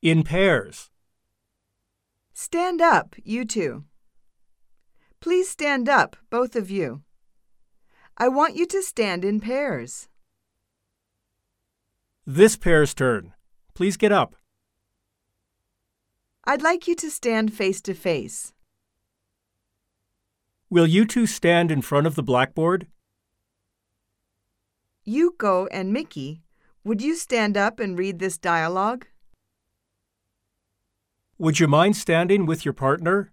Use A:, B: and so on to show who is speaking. A: in pairs.
B: Stand up, you two. Please stand up, both of you. I want you to stand in pairs.
A: This pair's turn. Please get up.
B: I'd like you to stand face to face.
A: Will you two stand in front of the blackboard?
B: Yuko and Mickey, would you stand up and read this dialogue?
A: Would you mind standing with your partner?